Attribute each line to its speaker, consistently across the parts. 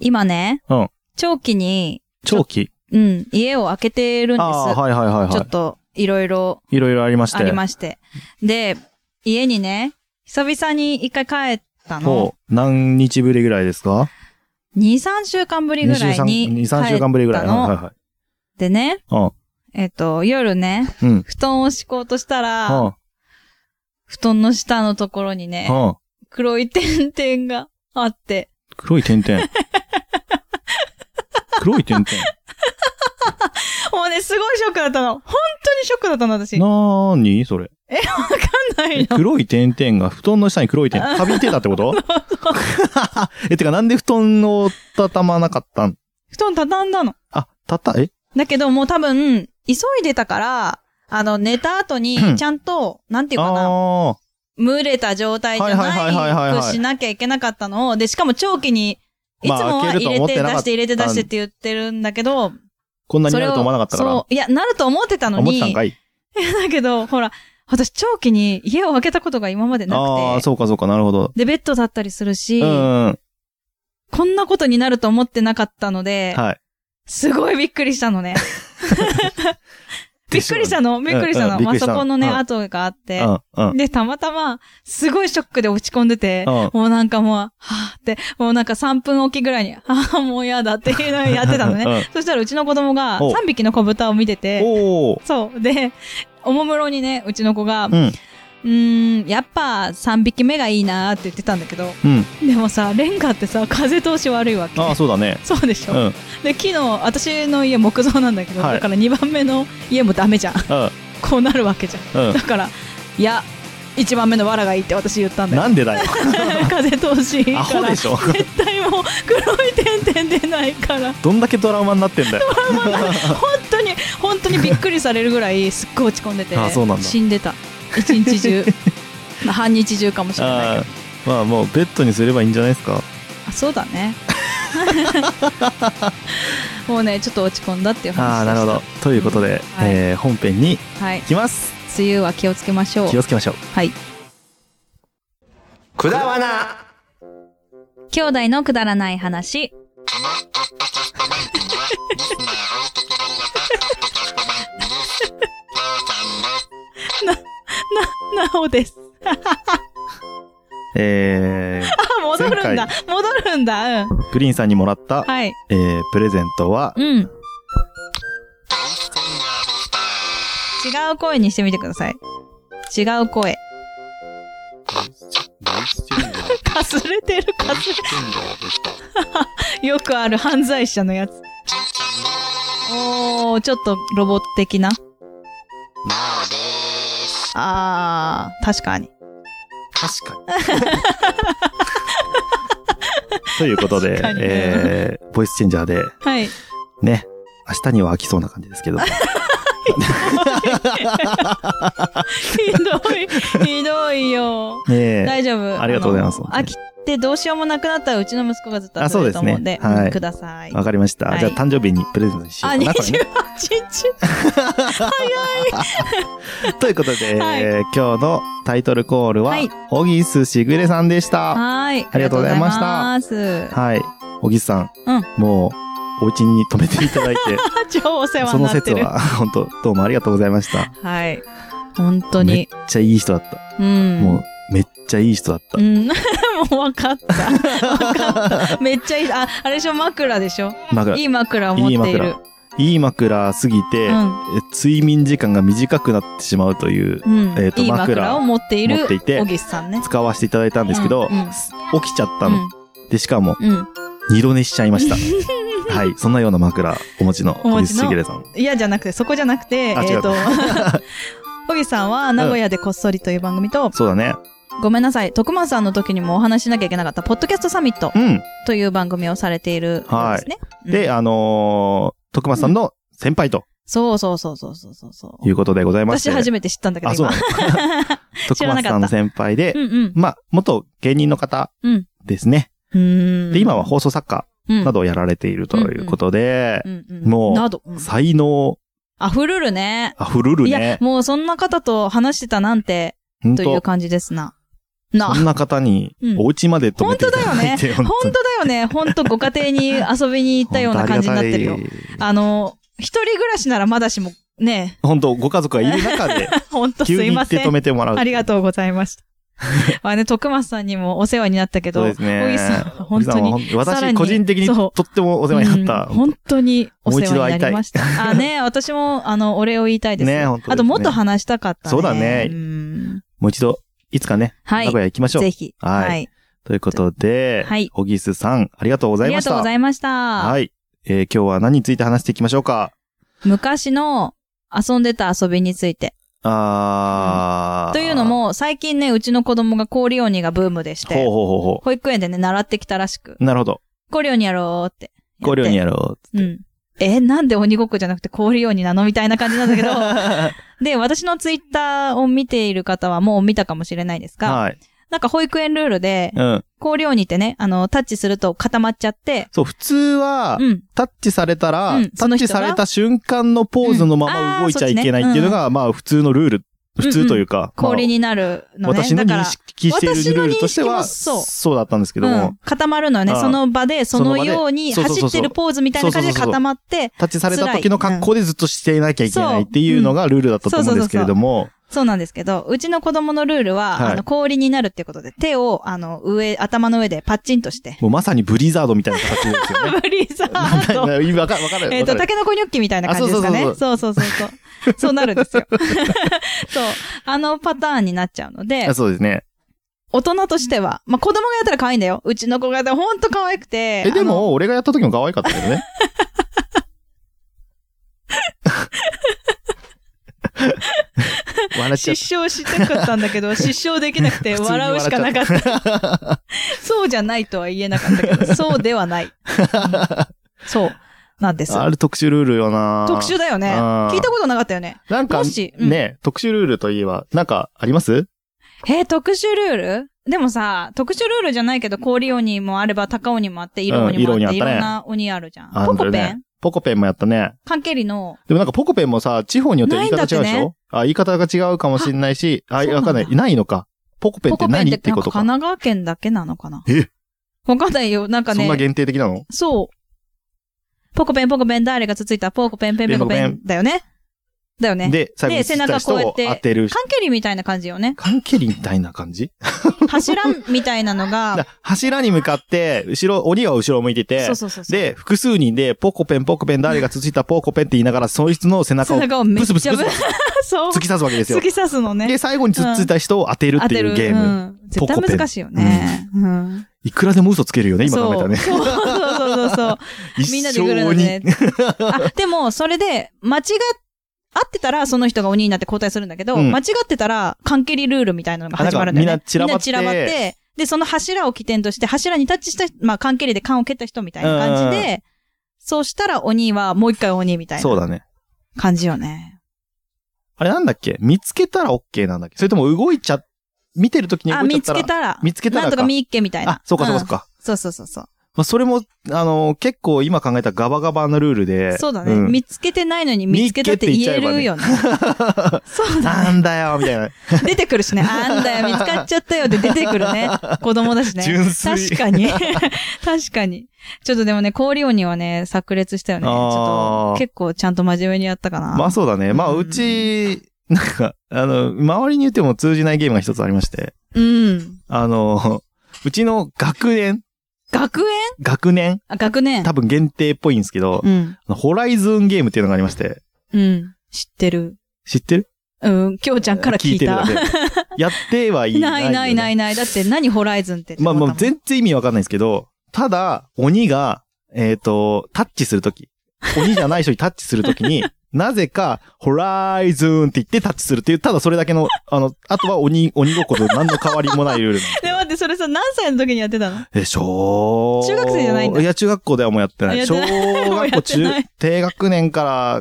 Speaker 1: 今ね、
Speaker 2: うん
Speaker 1: 長期に、
Speaker 2: 長期
Speaker 1: うん、家を空けてるんです。
Speaker 2: ああ、はいはいはい
Speaker 1: ちょっ
Speaker 2: は
Speaker 1: と、いろいろ
Speaker 2: い。いろいろありまして。
Speaker 1: ありまして。で、家にね、久々に一回帰ったの。
Speaker 2: ほう。何日ぶりぐらいですか
Speaker 1: 2、3週間ぶりぐらいに帰っ
Speaker 2: 2、
Speaker 1: たの。
Speaker 2: 3週間ぶりぐらい。はいはいはい。
Speaker 1: でね、
Speaker 2: うん
Speaker 1: えっ、と、夜ね、
Speaker 2: うん。
Speaker 1: 布団を敷こうとしたら、布団の下のところにね、
Speaker 2: うん。うん。
Speaker 1: 黒い点々があって、
Speaker 2: 黒い点 々。黒い点
Speaker 1: もうね、すごいショックだったの。本当にショックだったの、私。わ
Speaker 2: 々。なーにそれ。
Speaker 1: かん ないの。
Speaker 2: 黒い点々が布団の下に黒い点。カビてたってこと え、てかなんで布団を畳まなかったん
Speaker 1: 布団畳んだの。
Speaker 2: あ、たた、え
Speaker 1: だけど、もう多分、急いでたから、あの、寝た後に、ちゃんと、なんていうかな、
Speaker 2: あ
Speaker 1: 蒸れた状態じゃ
Speaker 2: はいはいはいはい
Speaker 1: な
Speaker 2: はいい
Speaker 1: く
Speaker 2: はい
Speaker 1: しなきゃいけなかったのを、で、しかも長期に、いつも
Speaker 2: まあ
Speaker 1: は
Speaker 2: 開ける
Speaker 1: 入
Speaker 2: と
Speaker 1: れ
Speaker 2: 思って
Speaker 1: て、
Speaker 2: な
Speaker 1: 出
Speaker 2: かっ
Speaker 1: して入れて出してって言ってるんだけど、
Speaker 2: ー。こんなに
Speaker 1: それ
Speaker 2: なる
Speaker 1: を
Speaker 2: と思わなかったから。
Speaker 1: そう。いや、なると思ってたの
Speaker 2: 思ってたん
Speaker 1: に、
Speaker 2: かい。
Speaker 1: だけど、ほら、私長期に家を開けたことが今までな
Speaker 2: ああ
Speaker 1: く
Speaker 2: ー、
Speaker 1: て、
Speaker 2: そうかそうか、なるほど。
Speaker 1: で、ベッドだったりするし、
Speaker 2: うん。はい。
Speaker 1: こんなことになると思ってなかったので、すごいびっくりしたのね。びっくりしたのびっくりした
Speaker 2: うん
Speaker 1: の。
Speaker 2: うんびっく
Speaker 1: パ
Speaker 2: りした
Speaker 1: ソ
Speaker 2: の
Speaker 1: コンのね、
Speaker 2: うん
Speaker 1: 跡があって。
Speaker 2: うん、うん。
Speaker 1: で、たまたま、すごいショックで落ち込んでて、
Speaker 2: うん
Speaker 1: もうなんかもう、はぁって、もうなんか3分おきぐらいに、あ ぁ、もうやだっていうのをやってたの
Speaker 2: うん
Speaker 1: ね。そしたらうちの子供が
Speaker 2: お
Speaker 1: 3匹の子豚を見てて、
Speaker 2: おー。
Speaker 1: そう。で、おもむろにね、うちの子が、う
Speaker 2: うん、
Speaker 1: ーん、やっぱ3匹目がいいなーって言ってたんだけど、
Speaker 2: うん。
Speaker 1: でもさ、レンガってさ、風通し悪いわけ。
Speaker 2: ああ、そうだね。
Speaker 1: そうでし
Speaker 2: う
Speaker 1: ょ、
Speaker 2: ん、うん。
Speaker 1: で昨日私の家木造なんだけど、
Speaker 2: はい
Speaker 1: だから2番目の家もダメじゃんこうなるわけじゃん
Speaker 2: うん
Speaker 1: だからいや1番目の藁がいいって私言ったんだよ
Speaker 2: なんでだよ。
Speaker 1: 風通しいいから
Speaker 2: アホで しょ
Speaker 1: 絶対もう黒い点々出ないから
Speaker 2: どんだけドラマになってんだよ。
Speaker 1: 本当に本当にびっくりされるぐらいすっごい落ち込んでて
Speaker 2: あそうなんだ
Speaker 1: 死んでた一日 中まあ半日中かもしれないけ
Speaker 2: あ
Speaker 1: ど
Speaker 2: ーまあもうベッドにすればいいんじゃないですか。
Speaker 1: あそうだ ねもうねちょっと落ち込んだっていう話でした
Speaker 2: ああ、なるほど。ということで、
Speaker 1: はい
Speaker 2: えー本編に
Speaker 1: はい
Speaker 2: 行きます。
Speaker 1: 梅雨は気をつけましょう
Speaker 2: 気をつけましょう。
Speaker 1: はい
Speaker 3: くだわな
Speaker 1: 兄弟のくだらない話。な、な、なおです。
Speaker 2: えー、
Speaker 1: あ、戻るんだ
Speaker 2: 前。
Speaker 1: 戻るんだ。うん。
Speaker 2: グリーンさんにもらった、
Speaker 1: はい。
Speaker 2: えー、プレゼントは、
Speaker 1: うん。違う声にしてみてください。違う声。かすれてる、かすれ。 よくある犯罪者のやつ。おー、ちょっとロボット的な。あー、確かに。
Speaker 2: 確かに。 ということで、
Speaker 1: 確かにね
Speaker 2: えー、ボイスチェンジャーで、
Speaker 1: はい。
Speaker 2: ね、明日には飽きそうな感じですけど。
Speaker 1: ひどい、ひどいよ。
Speaker 2: ねえ
Speaker 1: 大丈夫。
Speaker 2: ありがとうございます
Speaker 1: あの飽きてどうしようもなくなったらうちの息子がずっと遊んでると思うんで、
Speaker 2: あそうですねはい
Speaker 1: うんください。
Speaker 2: わかりました。
Speaker 1: はい
Speaker 2: じゃあ、誕生日にプレゼントにしよ
Speaker 1: あ、
Speaker 2: うかな、これね。
Speaker 1: 28日。
Speaker 2: ということで、
Speaker 1: はい
Speaker 2: えー今日のタイトルコールは
Speaker 1: はい、
Speaker 2: 小木すしぐれさんでした。
Speaker 1: はい。
Speaker 2: ありがとうございました
Speaker 1: ありがとうございます。
Speaker 2: はい。小木さん、
Speaker 1: うん
Speaker 2: もう、お家に泊めていただいて、
Speaker 1: 超 お世話
Speaker 2: そ
Speaker 1: に
Speaker 2: の
Speaker 1: なって
Speaker 2: 説
Speaker 1: る。
Speaker 2: は、 本当どうもありがとうございました。
Speaker 1: はい。本当
Speaker 2: めっ
Speaker 1: に。
Speaker 2: ちゃいい人だった。
Speaker 1: うん。
Speaker 2: もう、めっちゃいい人だった
Speaker 1: う。ん。も う分かった。分かった。めっちゃいい。あ、あれでしょ、枕でしょ。
Speaker 2: 枕
Speaker 1: いい枕を持っている。
Speaker 2: いい枕すぎて、
Speaker 1: うん。
Speaker 2: え睡眠時間が短くなってしまうという、
Speaker 1: うん。
Speaker 2: えーと
Speaker 1: いい
Speaker 2: 枕
Speaker 1: 枕を持っている
Speaker 2: 持っていて
Speaker 1: 小木さんね。
Speaker 2: 使わせていただいたんですけど、
Speaker 1: うんうん
Speaker 2: す起きちゃったの。で、しかも、
Speaker 1: うん。うん。
Speaker 2: 二度寝しちゃいま した。はい。そんなような枕、お持ちの、
Speaker 1: お
Speaker 2: 小
Speaker 1: 持
Speaker 2: 西
Speaker 1: ちの
Speaker 2: しげれさん。
Speaker 1: 嫌じゃなくて、そこじゃなくて、えっ、
Speaker 2: あ違う
Speaker 1: と、 小木さんは名古屋でこっそりという番組と、
Speaker 2: そうだね。
Speaker 1: ごめんなさい、徳間さんの時にもお話しなきゃいけなかった、ポッドキャストサミット
Speaker 2: うん。
Speaker 1: という番組をされているんですね。うん
Speaker 2: で、あのー、徳松さんの先輩と
Speaker 1: そうそうそうそうそうそうそう。
Speaker 2: いうことでございまして。
Speaker 1: 私初めて知ったんだけど、
Speaker 2: あ、そう
Speaker 1: 今
Speaker 2: な。の徳
Speaker 1: 知らなかった
Speaker 2: 松さんの先輩で、
Speaker 1: うんう ん。
Speaker 2: まあ、元芸人の方
Speaker 1: うん
Speaker 2: ですね。
Speaker 1: うーん。
Speaker 2: で、今は、放送作家
Speaker 1: うん、
Speaker 2: などをやられているということで
Speaker 1: う、んうん、
Speaker 2: もう
Speaker 1: など。うん
Speaker 2: 才能
Speaker 1: あふるるね。
Speaker 2: あふるる
Speaker 1: いや
Speaker 2: ね、。
Speaker 1: もうそんな方と話してたなんて、
Speaker 2: 本
Speaker 1: という
Speaker 2: 当
Speaker 1: 感じですな。な
Speaker 2: そ。んな方に
Speaker 1: う、ん
Speaker 2: お家まで止めていただいて、
Speaker 1: 本当だよね。本当ご家庭に遊びに行ったような感じになってるよ。
Speaker 2: 本当ありがたい
Speaker 1: あの、一人暮らしならまだしも、ね、
Speaker 2: 本当ご家族がいる中で、
Speaker 1: 本 当す
Speaker 2: 急
Speaker 1: い
Speaker 2: に行
Speaker 1: ま
Speaker 2: って
Speaker 1: せ
Speaker 2: 止
Speaker 1: ん。
Speaker 2: めてもらう。
Speaker 1: ありがとうございま した。まあね、徳松さんにもお世話になったけど、
Speaker 2: そうですね
Speaker 1: 小木さん、本当に。
Speaker 2: 小木さんは
Speaker 1: さら
Speaker 2: 私、
Speaker 1: に
Speaker 2: 個人的に
Speaker 1: そ
Speaker 2: と
Speaker 1: う
Speaker 2: ってもお世話になっ
Speaker 1: う
Speaker 2: た
Speaker 1: ん。本当にお世話になりました。あ、ね、私も、あの、お礼を言いたいです。
Speaker 2: ね本当ですね
Speaker 1: あと、もっと話したかったね。
Speaker 2: そうだね
Speaker 1: うん
Speaker 2: もう一度、いつかね、
Speaker 1: は
Speaker 2: 名
Speaker 1: い
Speaker 2: 古。屋行きましょう
Speaker 1: ぜ。ひ。
Speaker 2: はい
Speaker 1: はい。
Speaker 2: ということで、
Speaker 1: はい
Speaker 2: 小木須さん、ありがとうご
Speaker 1: あ
Speaker 2: ざい
Speaker 1: り
Speaker 2: ま
Speaker 1: が
Speaker 2: し
Speaker 1: とう
Speaker 2: た。
Speaker 1: ございました。
Speaker 2: はい。えー今日は何について話していきましょうか
Speaker 1: 昔の遊んでた遊びについて。
Speaker 2: あー。
Speaker 1: というの、も、最近ね、うちの子供が氷鬼がブームでし
Speaker 2: ほう
Speaker 1: て、
Speaker 2: ほうほうほ
Speaker 1: 保育園でね、習ってきたらしく、
Speaker 2: う。なるほど。
Speaker 1: 氷鬼やろうってやって。
Speaker 2: ご料にやろう。
Speaker 1: うん。え、なんで鬼ごっこじゃなくて氷鬼なのみたいな感じなんだけど。 で、私のツイッターを見ている方はもう見たかもしれないですが、
Speaker 2: はい。
Speaker 1: なんか保育園ルールで、
Speaker 2: うん。
Speaker 1: 氷鬼ってね、あの、タッチすると固まっちゃって、
Speaker 2: そう、普通は、
Speaker 1: うん。
Speaker 2: タッチされたら、
Speaker 1: うん
Speaker 2: タ
Speaker 1: その
Speaker 2: ッ
Speaker 1: 人
Speaker 2: チ
Speaker 1: が
Speaker 2: された瞬間のポーズのまま
Speaker 1: うんあー
Speaker 2: 動いちゃいけないっていうのが、まあ普通のルール、普通というか、まあ
Speaker 1: 氷になるのね。
Speaker 2: 私の
Speaker 1: だか
Speaker 2: 認
Speaker 1: ら、
Speaker 2: 識しているルールとして
Speaker 1: 私の
Speaker 2: は、
Speaker 1: 認識もそう
Speaker 2: そうだったんですけども、
Speaker 1: うん、固まるのよね。
Speaker 2: ああ
Speaker 1: その場で、そ
Speaker 2: その
Speaker 1: の
Speaker 2: 場で
Speaker 1: ように
Speaker 2: そうそうそうそう
Speaker 1: 走ってるポーズみたいな感じで
Speaker 2: そうそうそう
Speaker 1: 固
Speaker 2: そう
Speaker 1: まって、
Speaker 2: タッチされた時の格好でずっとしていなきゃいけないっていうのがルールだったと思うんですけれども、
Speaker 1: そうなんですけど、うちの子供のルールは、
Speaker 2: はい
Speaker 1: あの、氷になるってことで、手を、あの、上、頭の上でパッチンとして。
Speaker 2: もうまさにブリザードみたいな形です よね。
Speaker 1: ブリザ
Speaker 2: なん
Speaker 1: ー
Speaker 2: か
Speaker 1: ド
Speaker 2: わ。か るわかる。わかる
Speaker 1: えっ、と、タケノコニョッキみたいな感じですかね。
Speaker 2: あ
Speaker 1: そうそうそうそう。 そうなるんですよ。 そう。あのパターンになっちゃうので
Speaker 2: あ、そうですね。
Speaker 1: 大人としては、まあ、子供がやったら可愛いんだよ。うちの子がやったらほんと可愛くて。
Speaker 2: え、で
Speaker 1: あの、
Speaker 2: も、俺がやった時も可愛かったけど ね。笑っちゃっ
Speaker 1: 失笑したかったんだけ ど、失笑できなくて
Speaker 2: 普通に
Speaker 1: 笑
Speaker 2: 笑
Speaker 1: う
Speaker 2: っちゃ
Speaker 1: し
Speaker 2: った
Speaker 1: かなかった。 そうじゃないとは言えなかったけど、そうではない。うんそう。なんです。
Speaker 2: た。ある特殊ルールよな
Speaker 1: 特殊だよね。
Speaker 2: あー
Speaker 1: 聞いたことなかったよね。
Speaker 2: なんか
Speaker 1: も、しうん
Speaker 2: ね、特殊ルールといえば、なんかあります
Speaker 1: えー特殊ルールでもさ、特殊ルールじゃないけど、氷鬼もあれば、高鬼もあって、色鬼もあっ
Speaker 2: うん
Speaker 1: て、
Speaker 2: 色鬼あったね
Speaker 1: いろんな鬼あるじゃん。
Speaker 2: あ
Speaker 1: ポコ
Speaker 2: ある
Speaker 1: ペ
Speaker 2: ね
Speaker 1: ン
Speaker 2: ポコペンもやったね。
Speaker 1: 関係里の、
Speaker 2: でもなんかポコペンもさ、地方によって言い方違うでしょ
Speaker 1: ないんだってね
Speaker 2: あ、言い方が違うかもしれないし、
Speaker 1: そ
Speaker 2: あ、
Speaker 1: うなん
Speaker 2: わ
Speaker 1: だ
Speaker 2: かんない。ないのか。ポコペン
Speaker 1: ポ
Speaker 2: って
Speaker 1: コペン
Speaker 2: 何
Speaker 1: っ
Speaker 2: って
Speaker 1: て
Speaker 2: い
Speaker 1: な
Speaker 2: うん
Speaker 1: か
Speaker 2: こと
Speaker 1: 神
Speaker 2: か。
Speaker 1: 奈川県だけなのかな
Speaker 2: え
Speaker 1: わかんないよ。なんか
Speaker 2: そんな
Speaker 1: ね、
Speaker 2: 限定的なの
Speaker 1: そう。ポコペン、ポコペン、誰がつついたポコペン、ペン、ペコペ
Speaker 2: ペン
Speaker 1: ン、だよね。だよね。
Speaker 2: で、最後に
Speaker 1: で
Speaker 2: 釣った人
Speaker 1: 背中
Speaker 2: を
Speaker 1: こうやっ
Speaker 2: 当
Speaker 1: て
Speaker 2: てる人。
Speaker 1: 関係里みたいな感じよね。
Speaker 2: 関係りみたいな感じ
Speaker 1: 柱みたいなのが
Speaker 2: だ、柱に向かって、後ろ、鬼が後ろを向いてて
Speaker 1: そう、そうそうそう。
Speaker 2: で、複数人で、ポコペン、ポコペン、誰がつついたポコペンって言いながら、そいつの背中
Speaker 1: 背
Speaker 2: を
Speaker 1: 中をめ
Speaker 2: ブ
Speaker 1: っち
Speaker 2: ス
Speaker 1: ゃ
Speaker 2: ブスブスブス
Speaker 1: そう。
Speaker 2: 突き刺すわけですよ
Speaker 1: 突。き刺すのね。
Speaker 2: で、最後につっついた人を当てるっていうゲー
Speaker 1: う
Speaker 2: ム。
Speaker 1: ん絶対難しいよね。うん。
Speaker 2: いくらでも嘘つけるよね、今考えたらね。
Speaker 1: そうそうそうそう そう。
Speaker 2: 一
Speaker 1: みんなでグル
Speaker 2: 生
Speaker 1: ー
Speaker 2: に。
Speaker 1: で。あ、でも、それで、間違っ、合ってたら、その人が鬼になって交代するんだけど、
Speaker 2: うん
Speaker 1: 間違ってたら、関係りルールみたいなのが始まるんだよね。
Speaker 2: あなんかみんな散らば
Speaker 1: みん
Speaker 2: って
Speaker 1: な散らばってで、その柱を起点として、柱にタッチした、まあ、関係りで缶を蹴った人みたいな感じ
Speaker 2: うんう
Speaker 1: で、そうしたら鬼はもう一回鬼みたい
Speaker 2: そ
Speaker 1: な
Speaker 2: うだね。
Speaker 1: 感じよね。
Speaker 2: あれなんだっけ見つけたら OK なんだっけそれとも動いちゃ、見てる時に
Speaker 1: あ、
Speaker 2: 動いちゃ
Speaker 1: 見つ
Speaker 2: ったら。
Speaker 1: けたら。
Speaker 2: 見つけたら
Speaker 1: なんとか見っけみたいな。
Speaker 2: あ、そうかそうかそ
Speaker 1: ん
Speaker 2: うか。
Speaker 1: そうそうそうそう。
Speaker 2: まあ、それも、あのー結構今考えたガバガバのルールで。
Speaker 1: そうだね、
Speaker 2: ん
Speaker 1: 見つけてないのに見つけたって言えるよね。そうだね。
Speaker 2: なんだよ、み たいな。
Speaker 1: 出てくるしね。あんだよ、見つかっちゃったよって出てくるね。子供だしね。
Speaker 2: 純粋
Speaker 1: 確 かに。確かに。ちょっとでもね、氷鬼はね、炸裂したよね。ち
Speaker 2: あー
Speaker 1: ょっと、結構ちゃんと真面目にやったかな。
Speaker 2: まあそうだね。まあ
Speaker 1: うん
Speaker 2: うち、なんか、あの、周りに言っても通じないゲームが一つありまして。
Speaker 1: うん。
Speaker 2: あの、うちの学年、
Speaker 1: 学園
Speaker 2: 学年、
Speaker 1: あ、学年。
Speaker 2: 多分限定っぽいんですけど
Speaker 1: う、ん。
Speaker 2: ホライズンゲームっていうのがありまして。
Speaker 1: うん。知ってる。
Speaker 2: 知ってる
Speaker 1: うん、きょうちゃんから聞い
Speaker 2: るだ
Speaker 1: た。
Speaker 2: け。やってはいない よ
Speaker 1: な
Speaker 2: ね、
Speaker 1: い ないないない。だって何ホライズンってって
Speaker 2: まあ
Speaker 1: 思
Speaker 2: ま
Speaker 1: ったも
Speaker 2: あ
Speaker 1: ん。
Speaker 2: 全然意味わかんないですけど、ただ、鬼が、えっ、と、タッチするとき、鬼じゃない人にタッチするとき に、なぜか、ホライズンって言ってタッチするっていう、ただそれだけの、あの、あとは鬼、鬼ごっこと何の変わりもないルールなんですけ
Speaker 1: で、
Speaker 2: ど。
Speaker 1: 待って、それさ、何歳の時にやってたの
Speaker 2: え、小
Speaker 1: 中学生じゃないんだ
Speaker 2: いや、中学校ではもうやってな
Speaker 1: あや
Speaker 2: い。
Speaker 1: って
Speaker 2: 小
Speaker 1: ないもう
Speaker 2: 学
Speaker 1: や
Speaker 2: 校
Speaker 1: ってない
Speaker 2: 中、低学年から、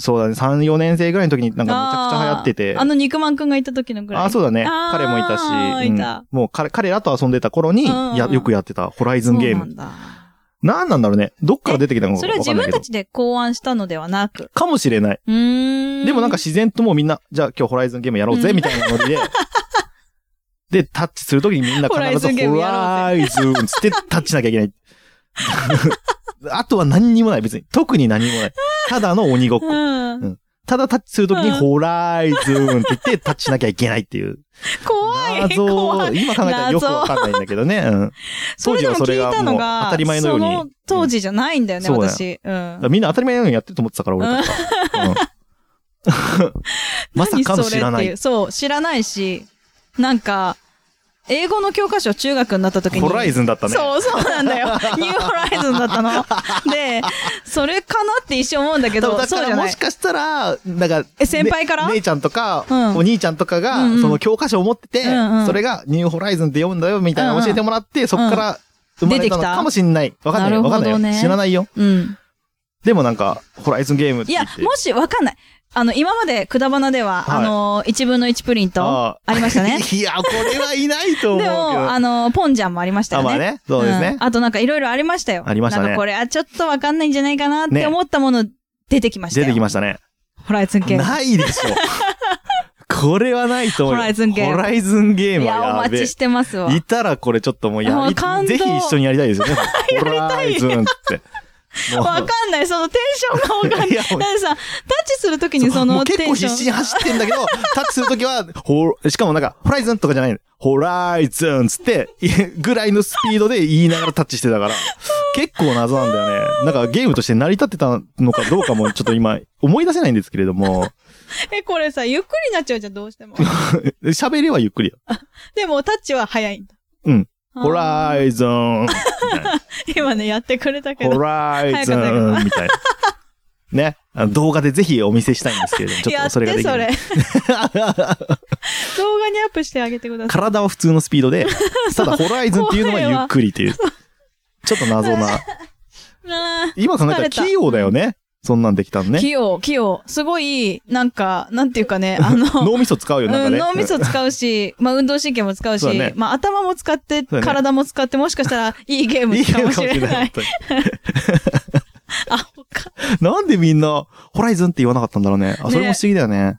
Speaker 2: そうだね、3、4年生ぐらいの時になんかめちゃくちゃ流行ってて。
Speaker 1: あーあの肉まんくんがいた時のぐらい。
Speaker 2: あ、そうだね。
Speaker 1: あー
Speaker 2: 彼もいたし、
Speaker 1: いた
Speaker 2: うんもう彼彼らと遊んでた頃に、
Speaker 1: うんうん
Speaker 2: やよくやってたホライズンゲー
Speaker 1: そうな
Speaker 2: ム。
Speaker 1: んだ。
Speaker 2: なんなんだろうね。どっから出てきたのか
Speaker 1: それは
Speaker 2: わ
Speaker 1: 自
Speaker 2: かんない
Speaker 1: 分
Speaker 2: け
Speaker 1: た
Speaker 2: ど。
Speaker 1: ちで考案したのではなく。
Speaker 2: かもしれない。
Speaker 1: うーん。
Speaker 2: でもなんか自然ともうみんな、じゃあ今日ホライズンゲームやろう
Speaker 1: う
Speaker 2: ぜ、
Speaker 1: ん
Speaker 2: みたいなノリで、で、タッチするときにみんな必ずホ
Speaker 1: ホ
Speaker 2: ラ
Speaker 1: ラ
Speaker 2: イズンつってタッチしなきゃいけ ない。あとは何にもない、別に。特に何もない。ただの鬼ごっ
Speaker 1: う
Speaker 2: こ。
Speaker 1: ん。
Speaker 2: ただタッチするときに
Speaker 1: うん
Speaker 2: ホライズンって言ってタッチしなきゃいけないっていう。
Speaker 1: 怖い、
Speaker 2: 謎
Speaker 1: 怖
Speaker 2: を、
Speaker 1: い。
Speaker 2: 今考えたらよくわかんないんだけどね。うん。
Speaker 1: それでも聞いたのが、
Speaker 2: 当たり前のように
Speaker 1: その当時じゃないんだよね、
Speaker 2: うん
Speaker 1: 私。うん
Speaker 2: だから。みんな当たり前のようにやってると思ってたから、俺た ちは。うんまさかの知ら
Speaker 1: 何そ
Speaker 2: な
Speaker 1: れって。
Speaker 2: いう
Speaker 1: そう、知らないし、なんか、英語の教科書中学になった時に。
Speaker 2: ホライズンだったね。
Speaker 1: そう、そうなん だよ。ニューホライズンだったの。で、それかなって一瞬思うんだけ
Speaker 2: 多分
Speaker 1: ど、
Speaker 2: だ
Speaker 1: そ
Speaker 2: か
Speaker 1: うじ
Speaker 2: ら
Speaker 1: ゃ
Speaker 2: も
Speaker 1: ない
Speaker 2: し。かしたら、なんか、
Speaker 1: え先輩から
Speaker 2: ね姉ちゃんとか、
Speaker 1: うん
Speaker 2: お兄ちゃんとかが、
Speaker 1: うんうん
Speaker 2: その教科書を持ってて、
Speaker 1: うんうん
Speaker 2: それがニューホライズンって読むんだよ、みたいな
Speaker 1: うんうん
Speaker 2: 教えてもらって、そっから生まれたの
Speaker 1: 出てきた
Speaker 2: かもしんない。わかんないよ。わ
Speaker 1: なる
Speaker 2: か
Speaker 1: ほ
Speaker 2: ん
Speaker 1: ど
Speaker 2: な
Speaker 1: ね
Speaker 2: いよ。知らないよ。
Speaker 1: うん。
Speaker 2: でもなんか、ホライズンゲームって
Speaker 1: い
Speaker 2: 言
Speaker 1: や
Speaker 2: って。、
Speaker 1: もしわかんない。あの、今まで、くだばなでは、
Speaker 2: はい
Speaker 1: あの、1分の1プリント、
Speaker 2: あ
Speaker 1: ありましたね。
Speaker 2: いや、これはいない と
Speaker 1: で
Speaker 2: 思うけど。
Speaker 1: も、あの、ポンジャンもありましたよ
Speaker 2: あ
Speaker 1: ね。
Speaker 2: まあね、そうですね
Speaker 1: ん。あとなんかいろいろありましたよ。
Speaker 2: ありました
Speaker 1: な
Speaker 2: ね
Speaker 1: んかこれ、あ、ちょっとわかんないんじゃないかなっ
Speaker 2: ね
Speaker 1: て思ったもの出てきました
Speaker 2: 出
Speaker 1: よ。
Speaker 2: てきましたね。
Speaker 1: ホライズンゲーム。
Speaker 2: ないでし ょ。これはないと思うよ。
Speaker 1: ホライズンゲーム
Speaker 2: ホライズンゲー
Speaker 1: い
Speaker 2: ムは
Speaker 1: や、お
Speaker 2: やべ
Speaker 1: 待
Speaker 2: え
Speaker 1: ちしてますわ。
Speaker 2: いたらこれちょっともうや
Speaker 1: あー
Speaker 2: り、
Speaker 1: 感動
Speaker 2: ぜひ一緒にやりたいですよね。 ホライズンって。もう
Speaker 1: わかんない。そのテンションがわかんない。
Speaker 2: いやもう
Speaker 1: だってさ、タッチするときにそ
Speaker 2: もう
Speaker 1: の
Speaker 2: 結
Speaker 1: テ
Speaker 2: 構
Speaker 1: ンシ
Speaker 2: 必死
Speaker 1: ョン。
Speaker 2: に走ってんだけど、タッチするときは、ほ、しかもなんか、ホライズンとかじゃないのホライズンつって、いぐらいのスピードで言いながらタッチしてたから、結構謎なんだよね。なんかゲームとして成り立ってたのかどうかもちょっと今思い出せないんですけれども、
Speaker 1: え、これさ、ゆっくりになっちゃうじゃん、どうして も。
Speaker 2: 喋りはゆっくりよ。
Speaker 1: でも、タッチは早いんだ。
Speaker 2: うん。
Speaker 1: あー
Speaker 2: ホライズン
Speaker 1: 今ね、やってくれたけ
Speaker 2: ホ
Speaker 1: ど。
Speaker 2: ライズン
Speaker 1: 早かった
Speaker 2: みたいな。ね。あの動画でぜひお見せしたいんですけれども、ちょっ
Speaker 1: や
Speaker 2: と
Speaker 1: っ
Speaker 2: それがで
Speaker 1: て、
Speaker 2: きな
Speaker 1: そ
Speaker 2: い
Speaker 1: れ。。動画 にアップしてあげてください。
Speaker 2: 体は普通のスピー ドで、ただホライズンっていうのはゆっくりっていう。ちょっと 謎な。
Speaker 1: うん
Speaker 2: 今考え
Speaker 1: 疲
Speaker 2: たら
Speaker 1: れた
Speaker 2: 器用だよね。そんなんできたのね。
Speaker 1: 器用、器用。すごい、なんか、なんていうかね、あ の、
Speaker 2: 脳みそ使うよ、なんか
Speaker 1: うん、
Speaker 2: ね。
Speaker 1: 脳みそ使うし、まあ、運動神経も使うし、
Speaker 2: そうだね
Speaker 1: まあ、頭も使って、
Speaker 2: だね
Speaker 1: 体も使って、もしかしたら いいゲー
Speaker 2: い
Speaker 1: ム
Speaker 2: いか
Speaker 1: か
Speaker 2: も
Speaker 1: も
Speaker 2: し
Speaker 1: し
Speaker 2: れ
Speaker 1: れ
Speaker 2: な
Speaker 1: ないい。。あ、ほか。
Speaker 2: なんでみんな、ホライズンって言わなかったんだろうね。あ、それも不思議だよね。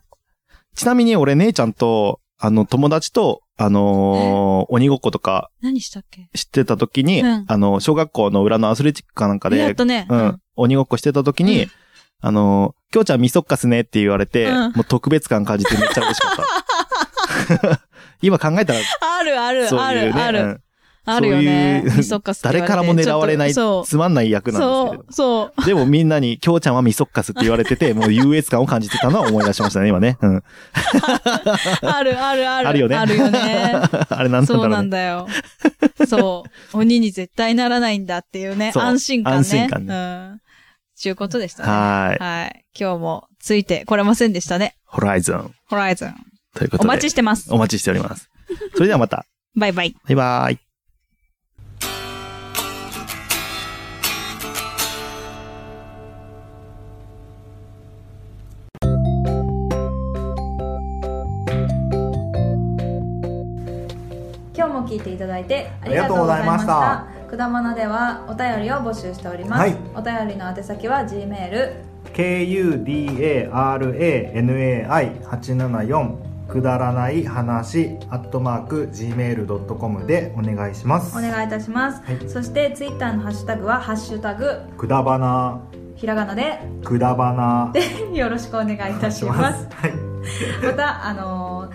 Speaker 2: ちなみに俺、姉ちゃんと、あの、友達と、あのー鬼ごっことか
Speaker 1: 何したっけ
Speaker 2: 知ってた時に、
Speaker 1: うん
Speaker 2: あの、小学校の裏のアスレチックかなんか
Speaker 1: やっ
Speaker 2: で、
Speaker 1: とね。
Speaker 2: うん、鬼ごっこしてた時に、
Speaker 1: うん
Speaker 2: あのー、きょうちゃんみそっかすねって言われて、
Speaker 1: うん
Speaker 2: もう特別感感じてめっちゃ嬉しかった。 今考えたら、
Speaker 1: あるある、
Speaker 2: そう
Speaker 1: あ
Speaker 2: いう
Speaker 1: る、
Speaker 2: ね、
Speaker 1: あ
Speaker 2: う
Speaker 1: る。
Speaker 2: ん
Speaker 1: あるよね
Speaker 2: そういう。
Speaker 1: みそっかすって
Speaker 2: 誰
Speaker 1: 言われて
Speaker 2: からも狙われない、
Speaker 1: ちょっと
Speaker 2: つまんない役
Speaker 1: そう。
Speaker 2: なんですけ
Speaker 1: そ
Speaker 2: れど
Speaker 1: う、そう。
Speaker 2: でもみんなに、きょうちゃんはみそっかすって言われて て、もう優越感を感じてたのは思い出しましたね、今ね。うん。
Speaker 1: あるあるある。
Speaker 2: あるよね
Speaker 1: あるよね。
Speaker 2: あれなんなん
Speaker 1: そ
Speaker 2: だ
Speaker 1: う
Speaker 2: ろ
Speaker 1: な
Speaker 2: うんね。
Speaker 1: だよ。そう。鬼に絶対ならないんだっていうね。
Speaker 2: そう
Speaker 1: 安心感ね。
Speaker 2: 安心感ね
Speaker 1: うん。ちゅうことでしたね。
Speaker 2: はーい。
Speaker 1: はい。今日もついてこれませんでしたね。
Speaker 2: ホライズン。
Speaker 1: ホライズン。
Speaker 2: ということ
Speaker 1: お
Speaker 2: で。
Speaker 1: 待ちしてます。
Speaker 2: お待ちしております。それではまた。
Speaker 1: バイバイ。
Speaker 2: バイバーイ。
Speaker 1: 今日も聞いていただいてあ
Speaker 3: りがとうございました
Speaker 1: りがとうございました。くだまなではお便りを募集しております。
Speaker 3: はい
Speaker 1: お便りの宛先は G メール
Speaker 3: kudaranai874 くだらない話アットマーク gmail.com でお願いします
Speaker 1: お願いいたします。
Speaker 3: はい
Speaker 1: そしてツイッターのハッシュタグはハッシュタグ
Speaker 3: くだばな
Speaker 1: ひらがなで
Speaker 3: くだばな
Speaker 1: よろしくお願いいたします。
Speaker 3: はい
Speaker 1: またあのー